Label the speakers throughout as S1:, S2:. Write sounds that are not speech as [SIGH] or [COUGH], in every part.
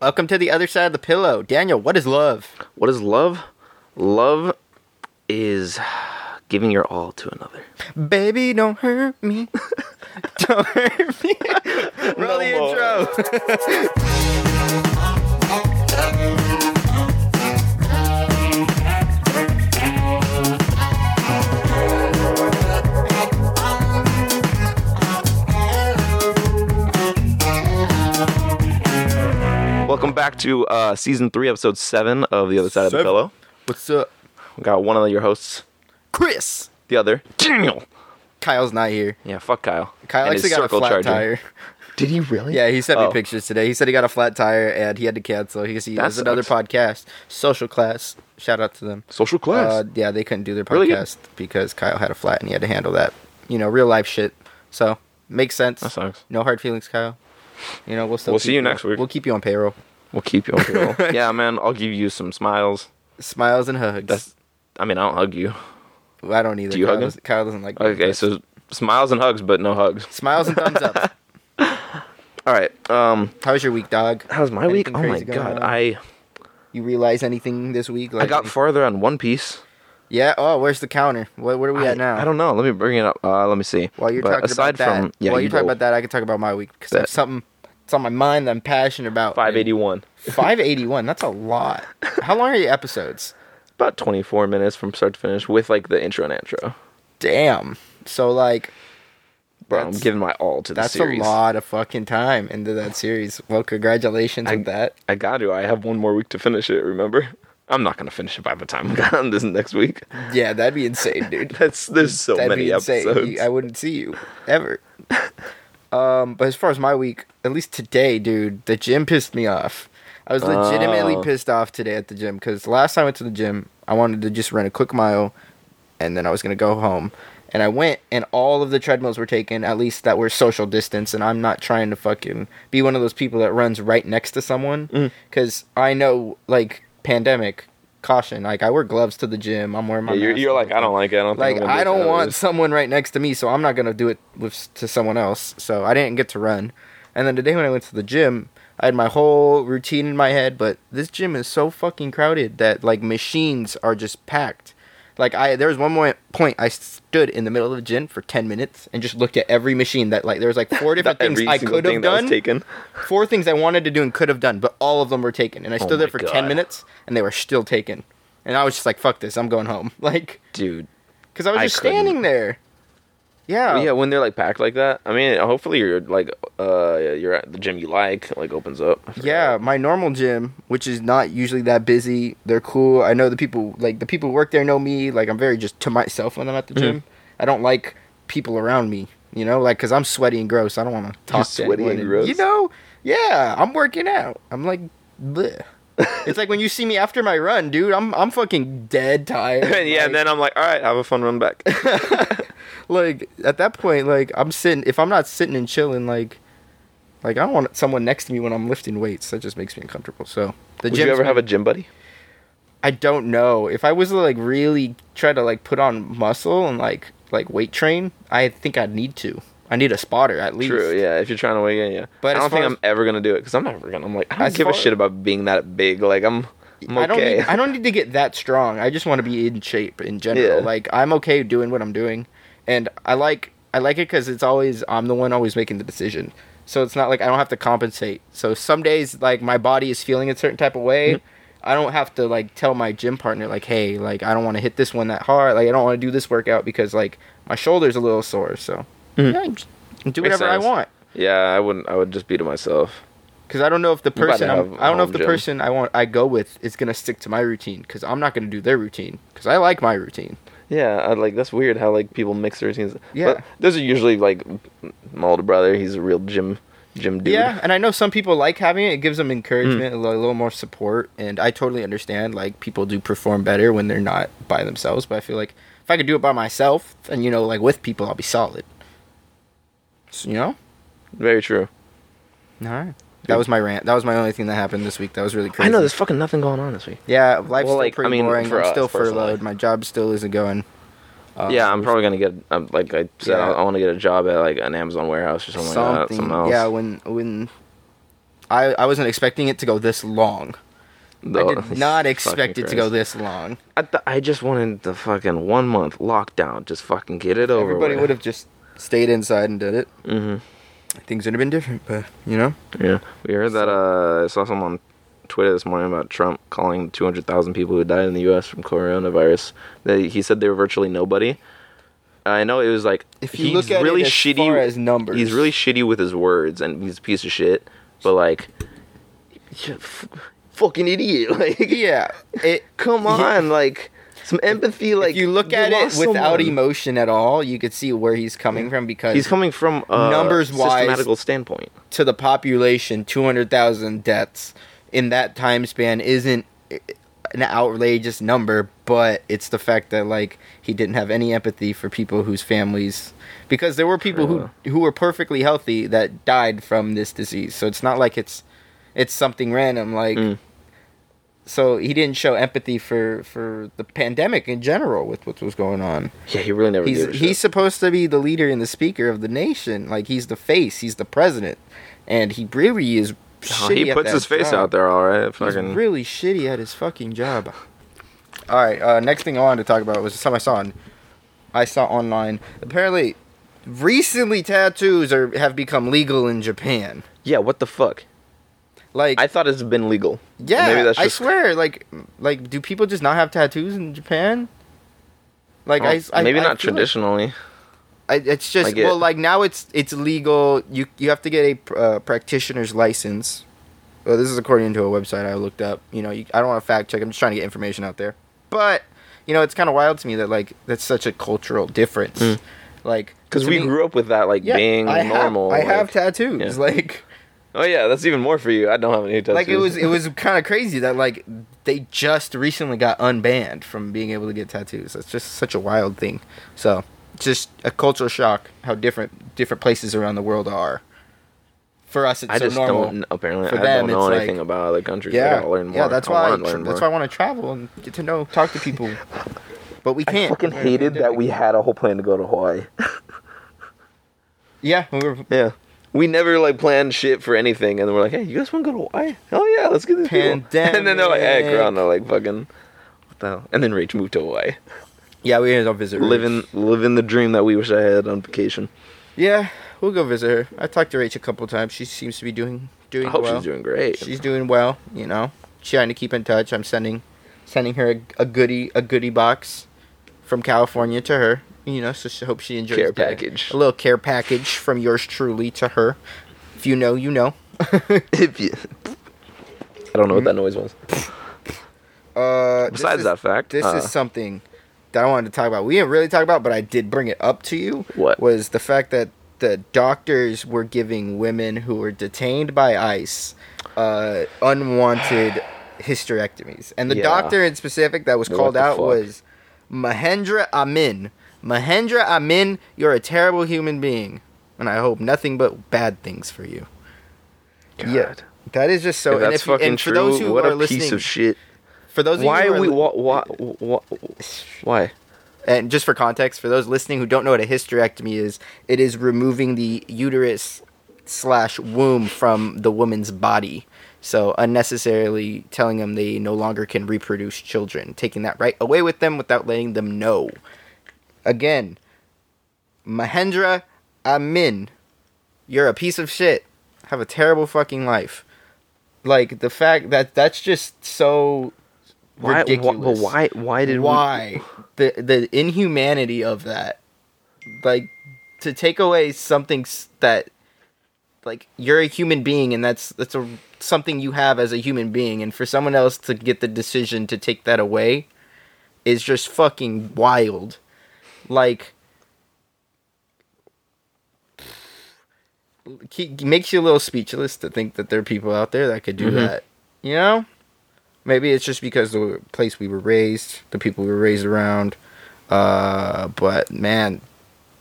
S1: Welcome to the other side of the pillow. Daniel, what is love?
S2: What is love? Love is giving your all to another.
S1: Baby, don't hurt me. [LAUGHS] don't hurt [LAUGHS] me. Roll the
S2: more.
S1: intro.
S2: Welcome back to uh, season three, episode seven of The Other Side of the
S1: Seven.
S2: Pillow.
S1: What's up?
S2: We got one of your hosts,
S1: Chris.
S2: the other, Daniel.
S1: Kyle's not here.
S2: Yeah, fuck Kyle.
S1: Kyle
S2: And his
S1: actually got a
S2: circle
S1: flat
S2: charger.
S1: tire.
S2: Did he really?
S1: Yeah, he sent
S2: Oh.
S1: me pictures today. He said he got a flat tire and he had to cancel because he
S2: That
S1: has another
S2: sucks.
S1: podcast, Social Class. Shout out to them.
S2: Social class.
S1: Uh, yeah, they couldn't do their
S2: Really good.
S1: podcast because Kyle had a flat and he had to handle that. You know, real life shit. So makes sense.
S2: that sucks.
S1: No hard feelings, Kyle. You know, we'll still
S2: We'll see
S1: keep
S2: you next week.
S1: We'll keep you on payroll.
S2: We'll keep you on payroll.
S1: [LAUGHS]
S2: yeah, man, I'll give you some smiles.
S1: Smiles and hugs.
S2: That's, I mean, I don't hug you.
S1: Well, I don't either.
S2: Do you
S1: Kyle,
S2: hug him?
S1: doesn't, Kyle doesn't like.
S2: Okay, so smiles and hugs, but no hugs.
S1: smiles and thumbs
S2: [LAUGHS]
S1: up.
S2: All right. Um,
S1: How was your week, dog?
S2: how's my week?
S1: Anything
S2: Oh my
S1: crazy going
S2: god,
S1: on?
S2: I
S1: You realize anything this week?
S2: I got
S1: any-
S2: farther on One Piece.
S1: yeah. Oh, where's the counter? What? Where are we
S2: I,
S1: at now?
S2: I don't know. Let me bring it up. Uh, let me see.
S1: While you're
S2: But
S1: talking
S2: aside
S1: about that,
S2: from yeah,
S1: while you're
S2: you
S1: talking
S2: go
S1: about that, I can talk about my week because
S2: Bet.
S1: there's something. It's on my mind that I'm passionate about.
S2: 581.
S1: [LAUGHS] Five eighty one. That's a lot. How long are your episodes?
S2: About 24 minutes from start to finish with like the intro and outro.
S1: Damn. So like,
S2: Bro, I'm
S1: That's-
S2: giving my all to the
S1: that's
S2: series.
S1: a lot of fucking time into that series. Well, congratulations on that.
S2: I got to. I have one more week to finish it. Remember, I'm not gonna finish it by the time I'm on this next week.
S1: Yeah, that'd be insane, dude.
S2: That's there's so
S1: That'd
S2: many
S1: be insane.
S2: episodes.
S1: You- I wouldn't see you ever. um, but as far as my week, at least today, dude, the gym pissed me off. I was legitimately
S2: Oh.
S1: pissed off today at the gym because last time I went to the gym, I wanted to just run a quick mile, and then I was gonna go home. And I went, and all of the treadmills were taken, at least that were social distance. And I'm not trying to fucking be one of those people that runs right next to
S2: Mm.
S1: someone, because I know like pandemic caution. Like I wear gloves to the gym. I'm wearing my.
S2: Yeah, you're,
S1: mask
S2: you're
S1: the
S2: like
S1: whole
S2: I don't
S1: time
S2: like it. I don't
S1: like
S2: think I'm gonna do
S1: I
S2: it to
S1: don't want
S2: others."
S1: someone right next to me, so I'm not gonna do it with to someone else. So I didn't get to run. And then today when I went to the gym, I had my whole routine in my head, but this gym is so fucking crowded that like machines are just packed. Like I there was one mo- point I stood in the middle of the gym for 10 minutes and just looked at every machine that like there was like four
S2: [LAUGHS]
S1: different things
S2: every
S1: I
S2: single
S1: could
S2: thing
S1: have
S2: that was
S1: done.
S2: taken. Oh
S1: Four things I wanted to do and could have done, but all of them were taken. And I stood there
S2: my
S1: for
S2: God.
S1: 10 minutes and they were still taken. And I was just like fuck this, I'm going home. [LAUGHS] Like
S2: Dude,
S1: because I was
S2: I
S1: just
S2: couldn't.
S1: standing there. Yeah. Oh.
S2: Well, yeah, when they're like packed like that. I mean, hopefully you're like uh you're at the gym you like, like opens up. [LAUGHS]
S1: Yeah, my normal gym, which is not usually that busy, they're cool. I know the people, like the people who work there know me. Like I'm very just to myself when I'm
S2: Mm-hmm.
S1: at the gym. I don't like people around me, you know, like because I'm sweaty and gross. I don't want to talk to
S2: sweaty
S1: anyone
S2: and gross?
S1: You know, yeah, I'm working out. I'm like, bleh. it's like when you see me after my run, dude. I'm I'm fucking dead tired.
S2: yeah,
S1: like,
S2: [LAUGHS] and then I'm like, all right, have a fun run back. [LAUGHS]
S1: like at that point, like I'm sitting. If I'm not sitting and chilling, like, like I don't want someone next to me when I'm lifting weights. That just makes me uncomfortable. So the
S2: Did you
S1: gym's
S2: ever
S1: been-
S2: have a gym buddy?
S1: I don't know if I was to, like really try to like put on muscle and like like weight train. I think I'd need to. I need a spotter at least.
S2: True, yeah. If you're trying to weigh in, yeah.
S1: But
S2: But I
S1: as
S2: don't think
S1: far as-
S2: I'm ever gonna do it because I'm never gonna. I'm like, I don't
S1: As
S2: give a
S1: far-
S2: shit about being that big. Like I'm, I'm okay.
S1: I don't. Need, I don't need to get that strong. I just want to be in shape in general.
S2: Yeah.
S1: Like I'm okay doing what I'm doing, and I like I like it because it's always I'm the one always making the decision. So it's not like I don't have to compensate. So some days like my body is feeling a certain type of way.
S2: Mm-hmm.
S1: I don't have to like tell my gym partner like, hey, like I don't want to hit this one that hard. Like I don't want to do this workout because like my shoulder's a little sore. So yeah, I just do
S2: Mm-hmm. Makes
S1: whatever I
S2: sense.
S1: want
S2: [LAUGHS] yeah, I wouldn't. I would just be to myself.
S1: because I don't know if the
S2: gotta
S1: person I'm,
S2: have
S1: I don't know if
S2: home
S1: the
S2: gym.
S1: person I want I go with is gonna stick to my routine because I'm not gonna do their routine because I like my routine.
S2: Yeah, I, like that's weird how like people mix their routines.
S1: Yeah.
S2: but those are usually like my older brother. He's a real gym gym dude. Mm.
S1: Yeah, and I know some people like having it; it gives them encouragement, a li- little more support, and I totally understand. Like people do perform better when they're not by themselves, but I feel like if I could do it by myself and you know like with people, I'll be solid. So, you know,
S2: very true.
S1: all right. That was my rant. That was my only thing that happened this week. That was really crazy.
S2: I know there's fucking nothing going on this week.
S1: Yeah, life's still
S2: like, I
S1: pretty
S2: mean,
S1: boring.
S2: for
S1: I'm
S2: us
S1: still
S2: personally.
S1: furloughed. My job still isn't going. Uh,
S2: yeah, I'm probably gonna get. Um, like I said,
S1: Yeah.
S2: I, I want to get a job at like an Amazon warehouse or something, like that. Something else.
S1: Yeah, when when I, I wasn't expecting it to go this long.
S2: Though,
S1: I
S2: [LAUGHS]
S1: did not
S2: fucking
S1: expect it to
S2: Christ.
S1: go this long.
S2: I, th- I just wanted the fucking one month lockdown. Just fucking get it over.
S1: Everybody would
S2: with.
S1: have just stayed inside and did it.
S2: Mhm.
S1: Things would have been different, but you know,
S2: Yeah, we heard that. Uh, I saw someone on Twitter this morning about Trump calling 200,000 people who died in the U.S. from coronavirus. That he said they were virtually nobody. I know it was like
S1: If you look at it as
S2: shitty
S1: far as numbers.
S2: He's really shitty with his words, and he's a piece of shit. But like, you're a f- fucking idiot! [LAUGHS]
S1: [LAUGHS]
S2: Like,
S1: yeah. It,
S2: come on, like some empathy. Like,
S1: if you look at it
S2: lost
S1: without
S2: someone.
S1: emotion at all, you could see where he's coming from because
S2: he's coming from a
S1: Numbers-wise-
S2: systematical standpoint.
S1: to the population, 200,000 deaths in that time span isn't an outrageous number, but it's the fact that like he didn't have any empathy for people whose families because there were people
S2: True.
S1: who who were perfectly healthy that died from this disease. So it's not like it's it's something random like
S2: Mm.
S1: so he didn't show empathy for for the pandemic in general with what was going on.
S2: Yeah, he really never.
S1: He's
S2: gave a shit.
S1: he's supposed to be the leader and the speaker of the nation. Like he's the face. He's the president, and he really is.
S2: Oh,
S1: shitty
S2: he
S1: at
S2: puts
S1: that
S2: his face
S1: job.
S2: out there, all right. Fucking
S1: He's really shitty at his fucking job. All right. Uh, next thing I wanted to talk about was something I saw on, I saw online. Apparently, recently tattoos are have become legal in Japan.
S2: yeah. What the fuck?
S1: Like
S2: I thought it's been legal.
S1: yeah,
S2: maybe that's
S1: I
S2: just-
S1: swear. Like like do people just not have tattoos in Japan? Like
S2: Well,
S1: I, I
S2: maybe
S1: I
S2: not
S1: feel like-
S2: traditionally.
S1: I, it's just
S2: Like it-
S1: well, like now it's it's legal. You you have to get a pr- uh, practitioner's license. Well, this is according to a website I looked up. You know, you, I don't want to fact check. I'm just trying to get information out there. But you know, it's kind of wild to me that like that's such a cultural difference.
S2: Mm.
S1: Like
S2: Because
S1: to
S2: we
S1: me-
S2: grew up with that, like
S1: yeah,
S2: being
S1: I have-
S2: normal.
S1: I have
S2: like-
S1: tattoos.
S2: yeah.
S1: Like
S2: oh yeah, that's even more for you. I don't have any tattoos.
S1: like it was it was kind of crazy that like they just recently got unbanned from being able to get tattoos. That's just such a wild thing. So just a cultural shock how different different places around the world are. For us, it's
S2: I
S1: so
S2: just
S1: normal.
S2: don't. Apparently,
S1: For
S2: I
S1: them,
S2: don't know
S1: it's
S2: anything
S1: like-
S2: about other countries. I
S1: Yeah,
S2: gotta learn more.
S1: yeah. That's
S2: I
S1: why
S2: wanna
S1: I,
S2: learn
S1: that's why I
S2: more.
S1: want to travel and get to know, talk to people. But we can't.
S2: fucking hated that we had a whole plan to go to Hawaii.
S1: Yeah, we were
S2: yeah. We never like planned shit for anything, and then we're like, "Hey, you guys want to go to Hawaii? Hell yeah, let's get this [LAUGHS] And then they're like, "Hey,
S1: Pandemic.
S2: Corona, like fucking, what the hell?" And then Rach moved to Hawaii.
S1: yeah we ended up visiting.
S2: living living the dream that we wish I had on vacation.
S1: Yeah, we'll go visit her. I talked to Rach a couple times. She seems to be doing doing
S2: I hope
S1: well.
S2: she's doing great.
S1: She's doing well, you know. Trying to keep in touch. I'm sending sending her a, a goodie a goodie box from California to her, you know, so she hope she enjoys
S2: Care
S1: the-
S2: package.
S1: A little care package from yours truly to her. If you know, you know.
S2: [LAUGHS]
S1: [LAUGHS]
S2: if you, I don't know what that noise was.
S1: uh Mm-hmm. this
S2: Besides
S1: is-
S2: that fact,
S1: This
S2: uh,
S1: is something that I wanted to talk about. We didn't really talk about, but I did bring it up to you.
S2: What?
S1: was the fact that the doctors were giving women who were detained by ICE uh, unwanted hysterectomies, and the
S2: Yeah.
S1: doctor in specific that was
S2: What
S1: called
S2: the
S1: out
S2: fuck?
S1: was Mahendra Amin. Mahendra Amin, you're a terrible human being, and I hope nothing but bad things for you. Yeah,
S2: God.
S1: that is just so.
S2: if
S1: and
S2: that's
S1: if you-
S2: fucking
S1: and for
S2: true,
S1: those who
S2: what
S1: are
S2: a
S1: listening,
S2: piece of shit.
S1: for those of you
S2: Why
S1: who
S2: are we?
S1: li-
S2: Why? Why? Why? why?
S1: and just for context for those listening who don't know what a hysterectomy is it is removing the uterus slash womb from the woman's body so unnecessarily telling them they no longer can reproduce children taking that right away with them without letting them know again mahendra amin you're a piece of shit have a terrible fucking life like the fact that that's just so
S2: Why?
S1: ridiculous
S2: But why? Why did? we-
S1: why the the inhumanity of that like to take away something s- that like you're a human being and that's that's a something you have as a human being and for someone else to get the decision to take that away is just fucking wild like ke- makes you a little speechless to think that there are people out there that could do that you know maybe it's just because the place we were raised, the people we were raised around. Uh, but man,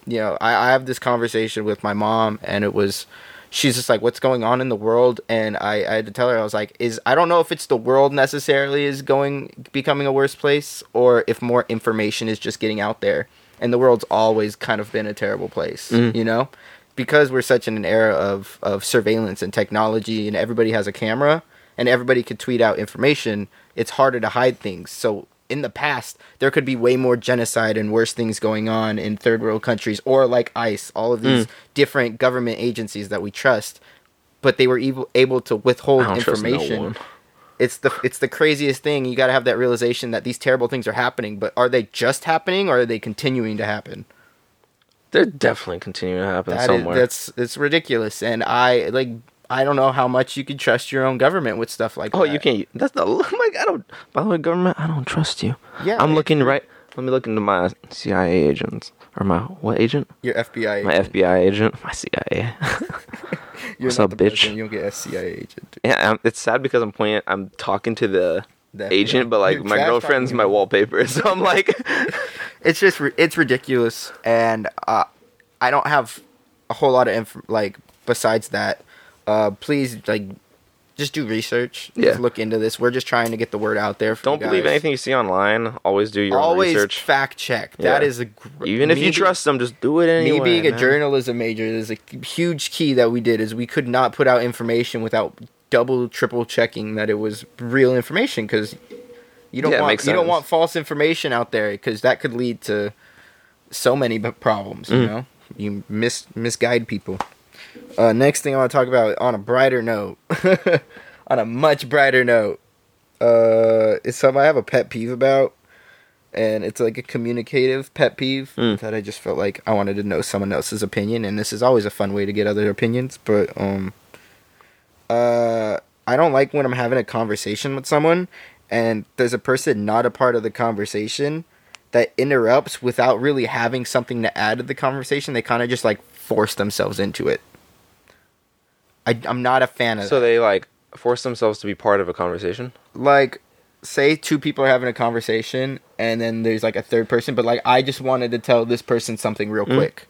S1: you know, I, I have this conversation with my mom, and it was, she's just like, "What's going on in the world?" And I, I had to tell her, I was like, "Is I don't know if it's the world necessarily is going becoming a worse place, or if more information is just getting out there." And the world's always kind of been a terrible place, you know. because we're such in an era of of surveillance and technology, and everybody has a camera and everybody could tweet out information. It's harder to hide things. So in the past, there could be way more genocide and worse things going on in third world countries or like ICE, all of
S2: Mm.
S1: these different government agencies that we trust, but they were able, able to withhold
S2: I don't trust no
S1: information
S2: one.
S1: it's the it's the craziest thing. You got to have that realization that these terrible things are happening, but are they just happening or are they continuing to happen?
S2: They're definitely continuing to happen
S1: That is-
S2: somewhere.
S1: that's it's ridiculous, and I like I don't know how much you can trust your own government with stuff like
S2: oh,
S1: that.
S2: you can't. That's the. [LAUGHS] I'm like, I don't. By the way, government, I don't trust you.
S1: Yeah, it-
S2: I'm looking right. Let me look into my CIA agents or my what agent?
S1: Your FBI,
S2: My
S1: agent.
S2: FBI agent. My CIA.
S1: [LAUGHS] You're
S2: what's
S1: not
S2: up,
S1: the
S2: bitch?
S1: president, You'll get a CIA agent.
S2: yeah, I'm, it's sad because I'm pointing. I'm talking to the.
S1: The FBI.
S2: agent, but like
S1: You're
S2: my
S1: trash
S2: girlfriend's
S1: talking
S2: my
S1: him.
S2: wallpaper, [LAUGHS] so
S1: [LAUGHS]
S2: I'm like,
S1: It's just ri- it's ridiculous, and uh, I don't have a whole lot of inf- like besides that. Uh, please like just do research.
S2: Yeah.
S1: Just look into this. We're just trying to get the word out there. For
S2: don't
S1: you
S2: believe
S1: guys.
S2: anything you see online. Always do your
S1: always
S2: own research.
S1: fact check.
S2: Yeah.
S1: That is a gr-
S2: Even if
S1: me
S2: you
S1: be-
S2: trust them, just do it anyway.
S1: me being a
S2: man.
S1: journalism major is a huge key that we did is we could not put out information without double triple checking that it was real information because you don't
S2: Yeah, it
S1: want
S2: makes
S1: you don't
S2: sense.
S1: want false information out there because that could lead to so many b- problems.
S2: Mm.
S1: You know, you mis misguide people. Uh, next thing I want to talk about on a brighter note, [LAUGHS] on a much brighter note, uh, is something I have a pet peeve about, and it's like a communicative pet peeve
S2: Mm.
S1: that I just felt like I wanted to know someone else's opinion, and this is always a fun way to get other opinions. But um, uh, I don't like when I'm having a conversation with someone, and there's a person not a part of the conversation that interrupts without really having something to add to the conversation. They kind of just like force themselves into it. I, I'm not a fan of
S2: So they like force themselves to be part of a conversation.
S1: like say two people are having a conversation and then there's like a third person but like i just wanted to tell this person something real
S2: Mm.
S1: quick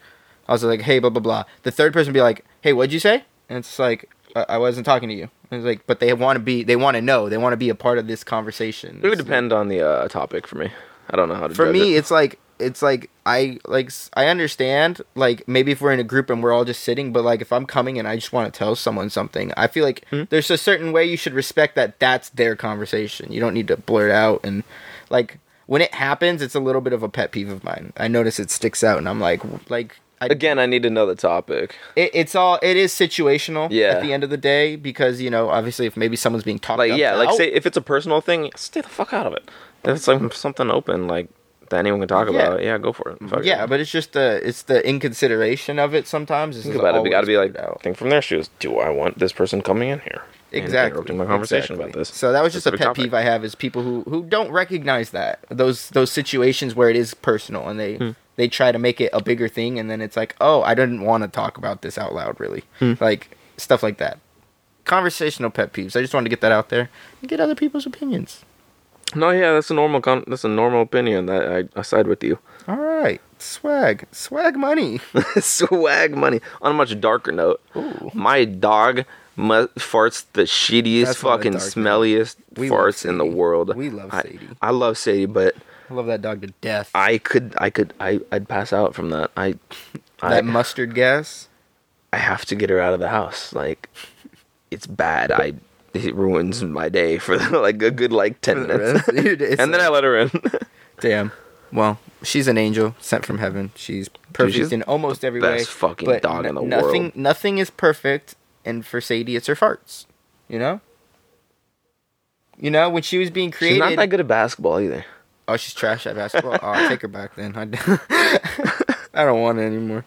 S1: i was like hey blah blah blah the third person be like hey what'd you say and it's like i, I wasn't talking to you and it's like but they want to be they want to know they want to be a part of this conversation
S2: It would
S1: It's-
S2: depend on the uh, topic for me. I don't know how to.
S1: for
S2: judge
S1: me
S2: it.
S1: it's like it's like i like s- i understand like maybe if we're in a group and we're all just sitting but like if i'm coming and i just want to tell someone something i feel like
S2: Hmm?
S1: there's a certain way you should respect that that's their conversation you don't need to blurt out and like when it happens it's a little bit of a pet peeve of mine i notice it sticks out and i'm like w- like I,
S2: again, I need to know the topic.
S1: it, it's all it is situational
S2: Yeah.
S1: at the end of the day because you know obviously if maybe someone's being talked
S2: Like, yeah, like
S1: about-
S2: say if it's a personal thing, stay the fuck out of it. If it's like something open, like that anyone can talk
S1: Yeah.
S2: about, yeah, go for it. Fuck it.
S1: yeah but it's just the it's the inconsideration of it sometimes It's
S2: think
S1: just
S2: about it. We got
S1: always
S2: to be like
S1: blurred out.
S2: think from their shoes. Do I want this person coming in here? and
S1: exactly
S2: Interrupting my conversation about
S1: exactly.
S2: this.
S1: So that was just a pet
S2: specific topic?
S1: peeve I have is people who who don't recognize that those those situations where it is personal and
S2: Hmm.
S1: they they try to make it a bigger thing and then it's like oh I didn't want to talk about this out loud really
S2: Hmm.
S1: like stuff like that conversational pet peeves I just wanted to get that out there and get other people's opinions.
S2: No, yeah, that's a normal. Con- that's a normal opinion that I, I side with you. [LAUGHS]
S1: All right, swag, swag money. [LAUGHS]
S2: Swag money. On a much darker note, my dog mu- farts the shittiest,
S1: That's not a
S2: fucking
S1: dark note.
S2: smelliest
S1: We love
S2: farts in the
S1: Sadie.
S2: world.
S1: We love
S2: I-
S1: Sadie.
S2: I, love Sadie, but
S1: I love that dog to death.
S2: I could, I could, I, I'd pass out from that. I, I,
S1: that mustard gas.
S2: I have to get her out of the house. Like, it's bad. I, it ruins my day for [LAUGHS] like a good like ten
S1: the
S2: minutes,
S1: rest, dude, it's
S2: [LAUGHS] and then I
S1: [LAUGHS]
S2: let her in.
S1: Damn. Well, she's an angel sent from heaven. She's perfect
S2: she's
S1: in almost every way.
S2: best fucking
S1: but
S2: dog in the
S1: nothing,
S2: world.
S1: Nothing is perfect, and for Sadie, it's her farts. You know. You know when she was being
S2: She's
S1: created.
S2: not that good at basketball either.
S1: Oh, she's trash at basketball. oh, I'll take her back then. [LAUGHS] I, I don't want it anymore.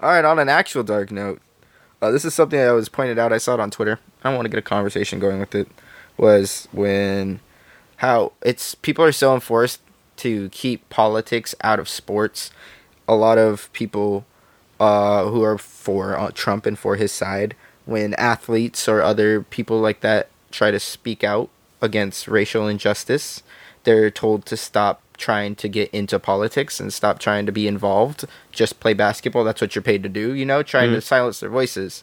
S1: All right, on an actual dark note, uh, this is something that was pointed out. I saw it on Twitter. I want to get a conversation going with it. Was when how it's people are so enforced to keep politics out of sports. A lot of people uh, who are for uh, Trump and for his side when athletes or other people like that try to speak out against racial injustice. They're told to stop trying to get into politics and stop trying to be involved. Just play basketball. That's what you're paid to do, you know, trying to silence their voices.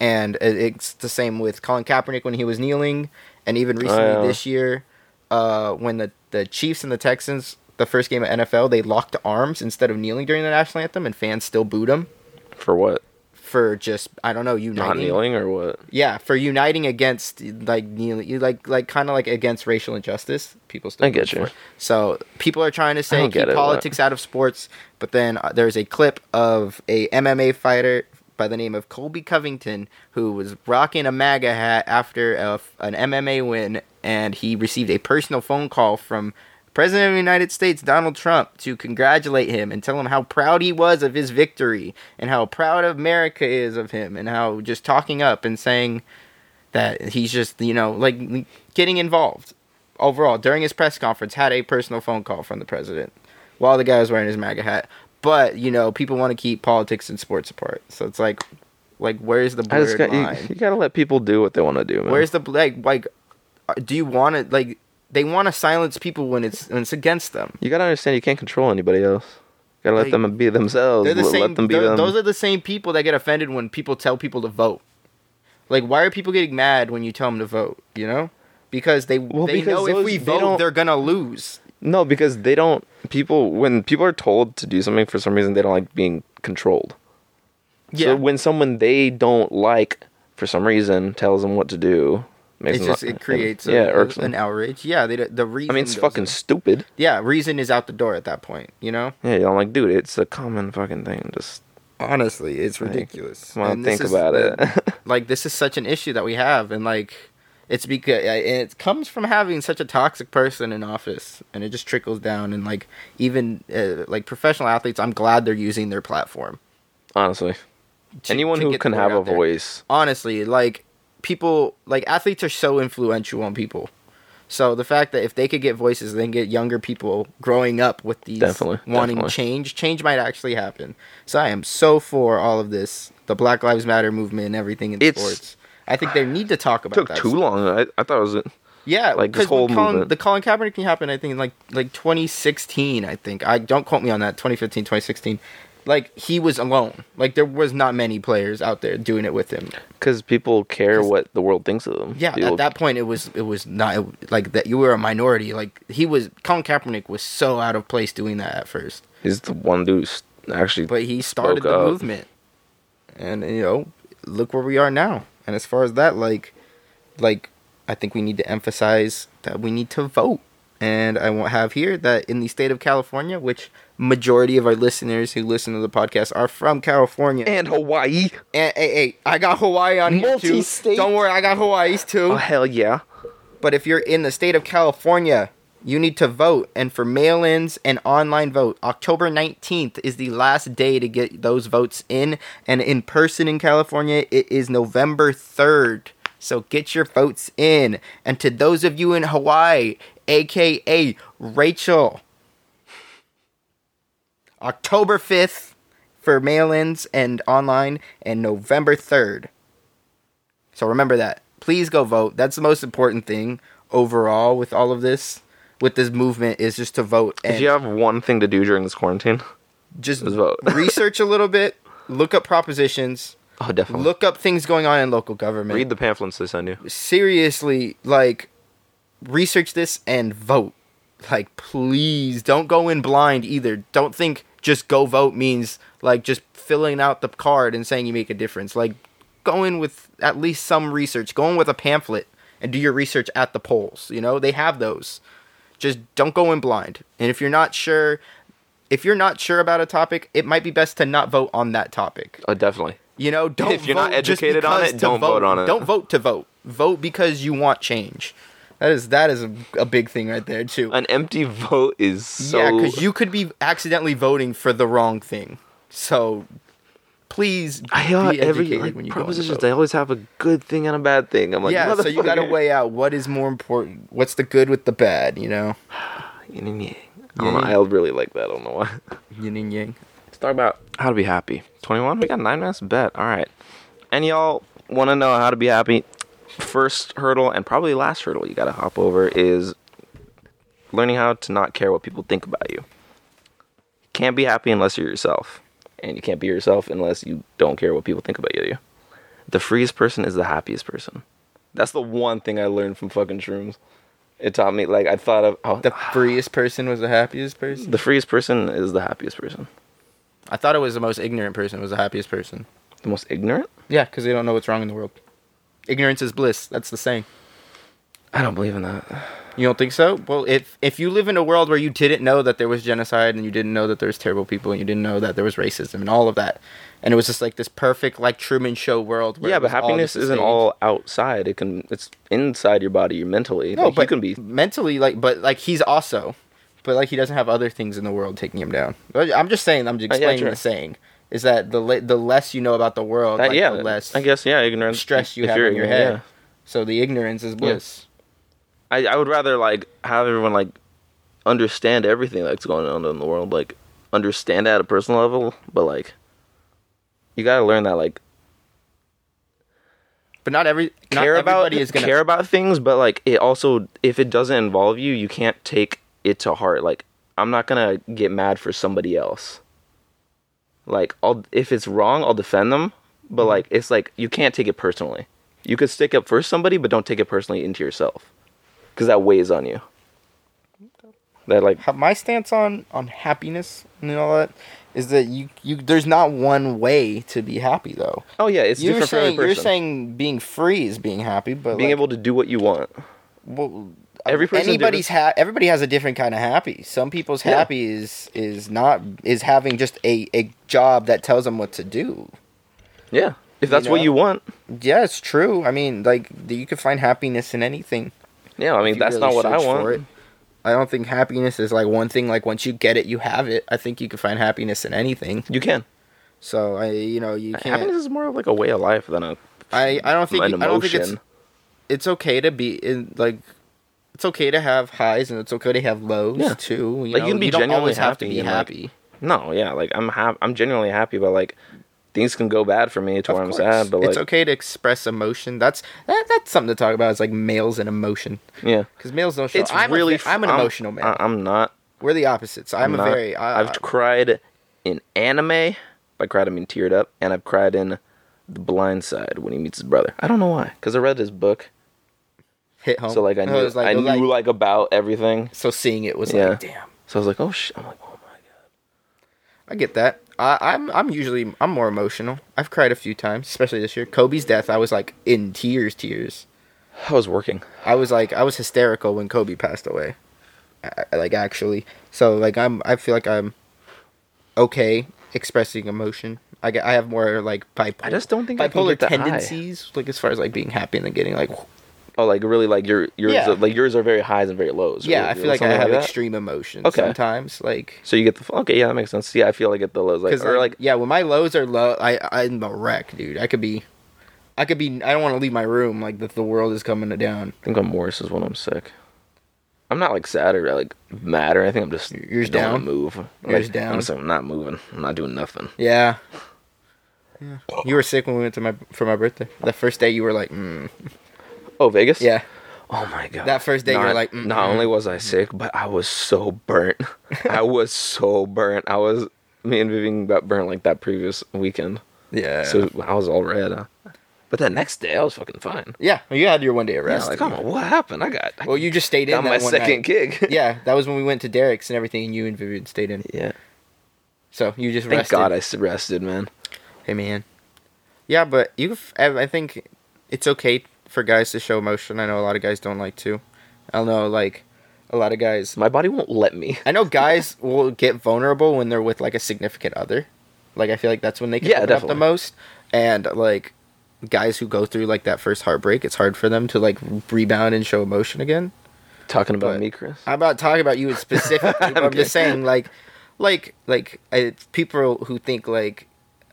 S1: And it- it's the same with Colin Kaepernick when he was kneeling, and even recently
S2: yeah.
S1: this year uh, when the, the Chiefs and the Texans, the first game of NFL, they locked arms instead of kneeling during the national anthem, and fans still booed them
S2: For what?
S1: for just I don't know
S2: Not
S1: uniting.
S2: kneeling or what?
S1: Yeah, for uniting against like kneeling, you- like like kind of like against racial injustice. People still
S2: I get
S1: vote
S2: you.
S1: for it. So people are trying to
S2: I
S1: say
S2: don't
S1: keep
S2: get it,
S1: politics out of sports, but then uh, there's a clip of a MMA fighter by the name of Colby Covington who was rocking a MAGA hat after a, an MMA win, and he received a personal phone call from. President of the United States Donald Trump to congratulate him and tell him how proud he was of his victory and how proud America is of him and how just talking up and saying that he's just you know like getting involved overall during his press conference had a personal phone call from the president while the guy was wearing his maga hat but you know people want to keep politics and sports apart so it's like like where's the
S2: I just
S1: blurred
S2: got, you, [LAUGHS]
S1: line
S2: you gotta let people do what they want to do, man.
S1: where's the like like uh, do you want to like they want to silence people when it's when it's against them
S2: you gotta understand you can't control anybody else. You gotta let
S1: Like,
S2: them be themselves.
S1: they're the
S2: let,
S1: same
S2: let them be
S1: they're-
S2: them.
S1: those are the same people that get offended when people tell people to vote like why are people getting mad when you tell them to vote you know because they
S2: Well,
S1: they
S2: because
S1: know if
S2: those-
S1: we
S2: they
S1: vote
S2: don't-
S1: they're gonna lose
S2: no, because they don't. People when people are told to do something for some reason, they don't like being controlled. So when someone they don't like for some reason tells them what to do, makes
S1: it
S2: them
S1: just
S2: not-
S1: it creates a,
S2: yeah, irks them.
S1: an outrage. Yeah, they, the reason.
S2: I mean, it's
S1: goes-
S2: fucking stupid.
S1: Yeah, reason is out the door at that point. You know,
S2: Yeah, I'm like, dude, it's a common fucking thing. Just
S1: honestly, it's ridiculous.
S2: come on,
S1: And this
S2: think
S1: is
S2: about
S1: the-
S2: it. [LAUGHS]
S1: like this is such an issue that we have, and like it's because and it comes from having such a toxic person in office, and it just trickles down. And like even uh, like professional athletes, I'm glad they're using their platform.
S2: Honestly,
S1: to-
S2: anyone
S1: to
S2: who
S1: get the
S2: can
S1: word
S2: have a
S1: out there.
S2: voice
S1: honestly, like people, like athletes are so influential on people. So the fact that if they could get voices, then get younger people growing up with these
S2: Definitely,
S1: wanting
S2: definitely.
S1: change, change might actually happen. So I am so for all of this, the Black Lives Matter movement and everything in
S2: It's-
S1: sports. I think they need to talk about
S2: took
S1: that.
S2: too long. I, I thought it was.
S1: Yeah,
S2: like, this
S1: 'cause when
S2: whole
S1: Colin,
S2: movement.
S1: The Colin Kaepernick thing happened, I think, in like like 2016. I think I don't quote me on that. 2015, 2016. Like he was alone. Like there was not many players out there doing it with him.
S2: Because people care
S1: 'Cause-
S2: what the world thinks of them.
S1: Yeah,
S2: People-
S1: at that point it was it was not it- like that. You were a minority. Like he was, Colin Kaepernick was so out of place doing that at first,
S2: he's the one dude who's actually.
S1: but he started
S2: Spoke
S1: the
S2: up.
S1: movement, and you know, look where we are now. And as far as that, like, like I think we need to emphasize that we need to vote. And I won't have here that in the state of California, which majority of our listeners who listen to the podcast are from California,
S2: and Hawaii.
S1: hey, hey, hey, I got Hawaii on here too.
S2: Multi-state.
S1: Don't worry, I got Hawaii's too.
S2: Oh hell yeah!
S1: But if you're in the state of California, you need to vote. And for mail ins and online vote, October 19th is the last day to get those votes in. And in person in California, it is November 3rd. So get your votes in. And to those of you in Hawaii, aka Rachel, October 5th for mail ins and online, and November 3rd so remember that. Please go vote. That's the most important thing overall with all of this, with this movement, is just to vote and
S2: If you have one thing to do during this quarantine, [LAUGHS]
S1: just
S2: just vote.
S1: research a little bit, look up propositions,
S2: oh definitely.
S1: look up things going on in local government.
S2: Read the pamphlets they send you.
S1: Seriously, like, research this and vote. Like, please don't go in blind either. Don't think just go vote means like just filling out the card and saying you make a difference. Like, go in with at least some research, go in with a pamphlet and do your research at the polls. You know, they have those. Just don't go in blind. And if you're not sure, if you're not sure about a topic, it might be best to not vote on that topic.
S2: Oh definitely.
S1: You know, don't
S2: If you're
S1: vote
S2: not
S1: just
S2: educated on
S1: because
S2: it,
S1: to
S2: don't vote on it.
S1: Don't vote to vote. Vote because you want change. That is that is a, a big thing right there too.
S2: An empty vote is so.
S1: yeah, because you could be accidentally voting for the wrong thing. So please be
S2: I uh,
S1: educated
S2: every like,
S1: when you
S2: propositions
S1: go. in to
S2: they
S1: vote.
S2: always have a good thing and a bad thing. I'm like,
S1: yeah, so you got to
S2: "Motherfucker."
S1: weigh out what is more important. What's the good with the bad? You know,
S2: Yin and yang. I don't know.
S1: Yeah.
S2: I really like that. I don't know why.
S1: yin and yang.
S2: Let's talk about how to be happy. 21? We got nine minutes? Bet. All right. And y'all want to know how to be happy? First hurdle and probably last hurdle you got to hop over is learning how to not care what people think about you. Can't be happy unless you're yourself. And you can't be yourself unless you don't care what people think about you. The freest person is the happiest person. That's the one thing I learned from fucking shrooms. It taught me, like, I thought of oh,
S1: The
S2: the,
S1: freest person was the happiest person.
S2: freest person is the happiest person.
S1: I thought it was the most ignorant person was the happiest person.
S2: The most ignorant?
S1: Yeah, because they don't know what's wrong in the world. Ignorance is bliss. That's the saying.
S2: I don't believe in that.
S1: You don't think so? Well, if if you live in a world where you didn't know that there was genocide and you didn't know that there was terrible people and you didn't know that there was racism and all of that, and it was just like this perfect like Truman Show world. Where
S2: yeah,
S1: it
S2: but
S1: was all
S2: happiness
S1: just a
S2: isn't
S1: stage.
S2: all outside. It can it's inside your body, your mentally.
S1: No,
S2: Like,
S1: but
S2: you can be
S1: mentally like, but like he's also, but like he doesn't have other things in the world taking him down. But I'm just saying. I'm just
S2: Uh, yeah,
S1: explaining
S2: true.
S1: the saying is that the le- the less you know about the world,
S2: that,
S1: like,
S2: yeah,
S1: the less
S2: I guess yeah, ignorance.
S1: stress you
S2: if
S1: have
S2: you're
S1: in your
S2: ignorant,
S1: head. So the ignorance is bliss.
S2: yeah. I I would rather like have everyone like understand everything that's going on in the world, like understand that at a personal level, but like you gotta learn that like
S1: But not every not
S2: care about
S1: everybody is gonna
S2: care about things, but like it also if it doesn't involve you, you can't take it to heart. Like I'm not gonna get mad for somebody else. Like I'll if it's wrong, I'll defend them,
S1: Mm-hmm.
S2: but like it's like you can't take it personally. You could stick up for somebody, but don't take it personally into yourself, because that weighs on you. That like
S1: ha- my stance on on happiness and all that is that you you there's not one way to be happy though.
S2: oh yeah, it's
S1: You're
S2: different for every
S1: saying
S2: person.
S1: you're saying being free is being happy, but
S2: being
S1: like,
S2: able to do what you want.
S1: well,
S2: every person's
S1: anybody's ha- everybody has a different kind of happy. Some people's
S2: Yeah.
S1: happy is is not is having just a a job that tells them what to do.
S2: Yeah, if that's what
S1: know?
S2: you want.
S1: Yeah, it's true. I mean, like you can find happiness in anything.
S2: Yeah, I mean
S1: if you
S2: that's
S1: really
S2: not what I
S1: search
S2: want.
S1: for it. I don't think happiness is like one thing. Like once you get it, you have it. I think you can find happiness in anything.
S2: You can.
S1: So I, you know, you
S2: Happiness
S1: can't.
S2: is more of like a way of life than a
S1: I, I don't think
S2: an
S1: you- I don't think it's
S2: emotion.
S1: it's okay to be in like it's okay to have highs and it's okay to have lows
S2: Yeah.
S1: too. You
S2: Like, you
S1: know?
S2: can be
S1: you don't
S2: genuinely
S1: always have to
S2: happy
S1: be
S2: and, like,
S1: happy.
S2: No, yeah, like I'm hap- I'm genuinely happy, but like things can go bad for me to
S1: Of
S2: where I'm
S1: course.
S2: sad. But like,
S1: it's okay to express emotion. That's that, that's something to talk about. It's like males and emotion
S2: yeah,
S1: because males don't show.
S2: it's
S1: I'm
S2: really.
S1: A, ve- I'm an emotional man.
S2: I, am not.
S1: We're the opposites. I'm,
S2: I'm
S1: a
S2: not-
S1: very. uh, I,
S2: I've cried in anime. By cried, I mean teared up, and I've cried in The Blind Side when he meets his brother. I don't know why, because I read his book,
S1: hit home.
S2: so like I
S1: No,
S2: knew,
S1: Oh. it was like,
S2: I
S1: it was like-
S2: knew like about everything.
S1: so seeing it was
S2: Yeah.
S1: like damn.
S2: So I was like, oh shit, I'm like, oh my god.
S1: I get that. I, I'm I'm usually I'm more emotional. I've cried a few times, especially this year. Kobe's death, I was like in tears, tears.
S2: I was working.
S1: I was like I was hysterical when Kobe passed away. I, I- like actually, so like I'm I feel like I'm okay expressing emotion. I get I have more like bipolar.
S2: I just don't think I can
S1: bipolar
S2: get that high.
S1: tendencies. Like as far as like being happy and then getting like
S2: Oh, like really, like your yours,
S1: Yeah.
S2: like yours are very highs and very lows.
S1: yeah,
S2: really,
S1: I feel like I
S2: something
S1: have
S2: that.
S1: extreme emotions
S2: Okay.
S1: sometimes. Like
S2: So you get the okay, yeah, that makes sense. Yeah, I feel like at the lows, like
S1: Because
S2: or like
S1: yeah, when my lows are low, I I'm a wreck, dude. I could be, I could be. I don't want to leave my room. Like that, the world is coming down.
S2: I think I'm worse is when I'm sick. I'm not like sad or like mad or anything. I'm just
S1: You're just
S2: don't wanna
S1: down?
S2: Move.
S1: You're
S2: Like,
S1: just down?
S2: I'm, just, I'm not moving. I'm not doing nothing.
S1: Yeah. Yeah. You were sick when we went to my for my birthday. The first day you were like, mm.
S2: Oh, Vegas.
S1: yeah,
S2: Oh my god.
S1: That first day you were
S2: Not-
S1: like, mm,
S2: not
S1: mm.
S2: only was I sick, but I was so
S1: [LAUGHS]
S2: burnt. I was so burnt. I was me and Vivian got burnt like that previous weekend.
S1: yeah.
S2: So I was all red. uh, But that next day I was fucking fine.
S1: yeah, you had your one day of
S2: Yeah,
S1: rest.
S2: like, oh, what happened? I got I
S1: well, you just stayed in
S2: got
S1: that
S2: my
S1: one
S2: second
S1: night.
S2: gig.
S1: yeah, that was when we went to Derek's and everything, and you and Vivian stayed in.
S2: [LAUGHS] yeah.
S1: So you just
S2: Thank
S1: rested.
S2: God I s- rested, man.
S1: Hey man. Yeah, but you. f- I I think it's okay for guys to show emotion. I know a lot of guys don't like to. I don't know, like a lot of guys.
S2: My body won't let me.
S1: I know
S2: [LAUGHS]
S1: guys will get vulnerable when they're with like a significant other. Like I feel like that's when they can
S2: Yeah,
S1: open up
S2: definitely.
S1: the most. And like guys who go through like that first heartbreak, it's hard for them to like rebound and show emotion again.
S2: Talking about
S1: But-
S2: me, Chris.
S1: I'm not talking about
S2: [LAUGHS]
S1: you specifically. but I'm just saying, like, like, like I, people who think like,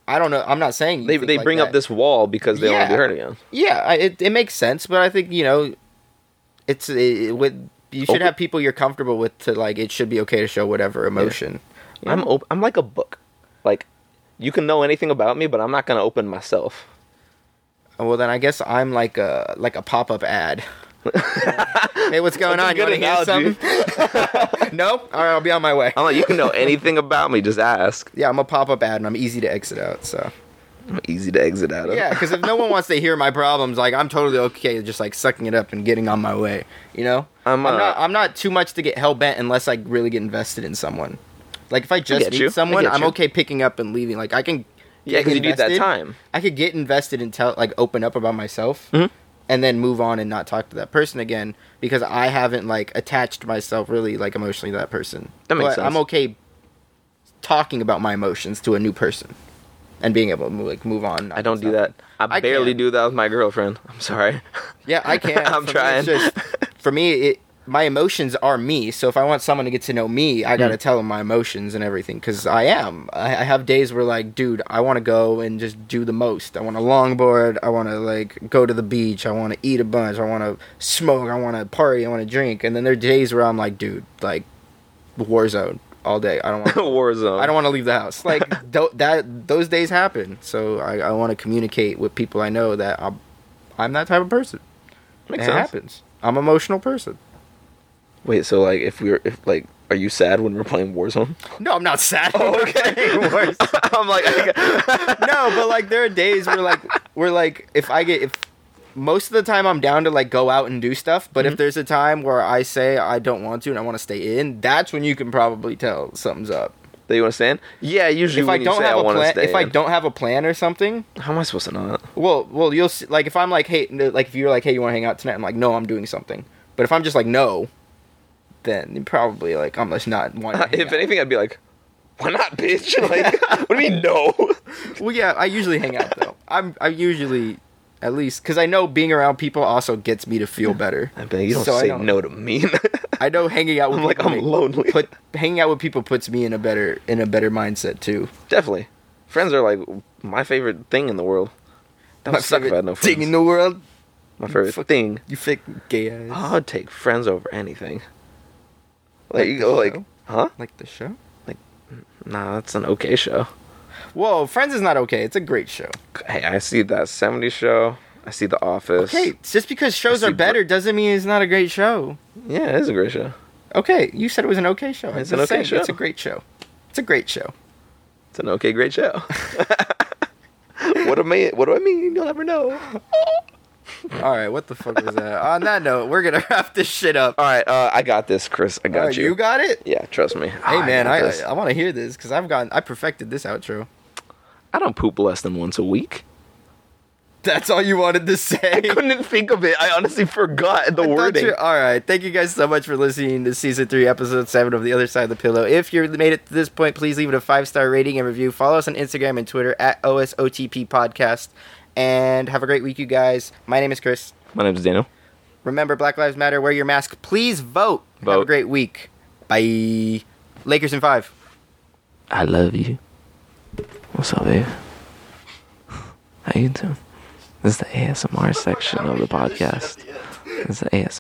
S1: I don't know. I'm not saying you
S2: They
S1: think
S2: they
S1: like
S2: bring up
S1: that.
S2: this wall because they want to
S1: Yeah.
S2: be hurt again.
S1: Yeah, I, it it makes sense, but I think you know, it's it, with you should
S2: Open-
S1: have people you're comfortable with to like. It should be okay to show whatever emotion.
S2: I'm op- I'm like a book. Like you can know anything about me, but I'm not gonna open myself.
S1: Uh, Well, then I guess I'm like a like a pop up
S2: [LAUGHS]
S1: ad. hey, what's going
S2: That's a
S1: on? You
S2: good
S1: want to hear
S2: analogy.
S1: something? no. All right, I'll be on my way.
S2: [LAUGHS] I'm like you can know anything about me. Just ask.
S1: Yeah, I'm a pop up ad, and I'm easy to exit out. So
S2: I'm easy to exit out of.
S1: yeah, because if no one wants to hear my problems, like I'm totally okay, with just like sucking it up and getting on my way. You know,
S2: I'm, uh,
S1: not I'm not too much to get hell bent unless I really get invested in someone. Like if I just
S2: get
S1: meet
S2: you. I
S1: someone,
S2: get
S1: I'm
S2: you.
S1: okay picking up and leaving. Like I can
S2: Yeah,
S1: get
S2: 'cause you need that
S1: invested.
S2: time.
S1: I could get invested and tell, like, open up about myself,
S2: Mm-hmm.
S1: and then move on and not talk to that person again because I haven't like attached myself really like emotionally to that person.
S2: That makes
S1: But
S2: sense.
S1: I'm okay talking about my emotions to a new person and being able to like move on.
S2: I don't do that. I, barely
S1: do.
S2: do that with my girlfriend. I'm sorry.
S1: Yeah, I can.
S2: [LAUGHS] I'm
S1: For me, it's
S2: trying.
S1: for me, it my emotions are me. So if I want someone to get to know me, I
S2: Mm.
S1: gotta tell them my emotions and everything because I am. I, I have days where like, dude, I want to go and just do the most. I want to longboard. I want to like go to the beach. I want to eat a bunch. I want to smoke. I want to party. I want to drink. And then there are days where I'm like, dude, like war zone all day. I don't want.
S2: Warzone.
S1: I don't want to leave the house.
S2: [LAUGHS]
S1: Like do that, those days happen. So I, I want to communicate with people I know that I'm, I'm that type of person
S2: Makes
S1: it
S2: sense.
S1: happens. I'm an emotional person.
S2: Wait, so like if we were if like are you sad when we're playing
S1: [LAUGHS]
S2: Warzone?
S1: No, I'm not sad. [LAUGHS]
S2: okay.
S1: Oh, Worse.
S2: [LAUGHS] I'm like I,
S1: [LAUGHS] no, but like there are days where like where like if I get if most of the time I'm down to like go out and do stuff, but if there's a time where I say I don't want to and I want to stay in, that's when you can probably tell something's up.
S2: that you understand? Yeah, usually
S1: If I
S2: when you
S1: don't
S2: say
S1: have
S2: I
S1: a
S2: want to
S1: plan,
S2: stay.
S1: if I
S2: in.
S1: don't have a plan or something,
S2: how am I supposed to know that?
S1: well, well, you'll see, like if I'm like hey, no, like if you're like hey, you want to hang out tonight, I'm like no, I'm doing something. But if I'm just like no, then probably like I'm just not
S2: [LAUGHS]
S1: wanting. To hang
S2: if
S1: out.
S2: anything, I'd be like, why not, bitch? [LAUGHS] Like, what do
S1: [LAUGHS]
S2: you mean no?
S1: Well, yeah, I usually hang out
S2: [LAUGHS]
S1: though. I'm I usually at least because I know being around people also gets me to feel better.
S2: I'd be like, you don't
S1: So I
S2: say
S1: don't-
S2: no to me.
S1: [LAUGHS] I know hanging out with
S2: I'm like
S1: people
S2: I'm
S1: make-
S2: lonely.
S1: put hanging out with people puts me in a better in a better mindset too.
S2: [LAUGHS] Definitely, friends are like my favorite thing in the world. That would suck if I had no friends.
S1: thing in the world.
S2: my favorite
S1: fuck-
S2: thing.
S1: You fake gay ass.
S2: I'd take friends over anything. Like,
S1: Like
S2: you
S1: the
S2: go like,
S1: show?
S2: huh?
S1: Like the show.
S2: Nah, that's an okay show.
S1: Whoa, Friends is not okay. It's a great show.
S2: Hey, I see that 70s show. I see The Office.
S1: Okay, just because shows
S2: I see
S1: are better doesn't mean it's not a great show.
S2: Yeah, it is a great show.
S1: Okay, you said it was an okay show. I'm
S2: It's an
S1: just
S2: okay
S1: saying, It's
S2: show.
S1: a great show. It's a great
S2: [LAUGHS]
S1: show.
S2: It's an okay, great show. [LAUGHS] what am I? What do I mean? You'll never know.
S1: All right, what the fuck was that? On that note, we're gonna [LAUGHS] wrap this shit up.
S2: All right, uh, I got this, Chris. I got
S1: Alright,
S2: you.
S1: got it.
S2: yeah, trust me.
S1: Hey man, I
S2: I,
S1: I, want to hear this because I've gotten I perfected this outro. [LAUGHS]
S2: I don't poop less than once a week.
S1: That's all you wanted to [LAUGHS] say.
S2: I couldn't think of it. I honestly
S1: [LAUGHS]
S2: forgot the
S1: I thought
S2: wording.
S1: you- All right. Thank you guys so much for listening to season three, episode seven of The Other Side of the Pillow. If you made it to this point, please leave it a five star rating and review. Follow us on Instagram and Twitter at OSOTP Podcast. And have a great week, you guys. My name is Chris.
S2: My name's Daniel.
S1: Remember, Black Lives Matter. Wear your mask. Please vote. Have a
S2: Vote.
S1: great week. Bye. Lakers in five.
S2: I love you. What's up, babe? How you doing? This is the ASMR section of the podcast. This is the ASMR.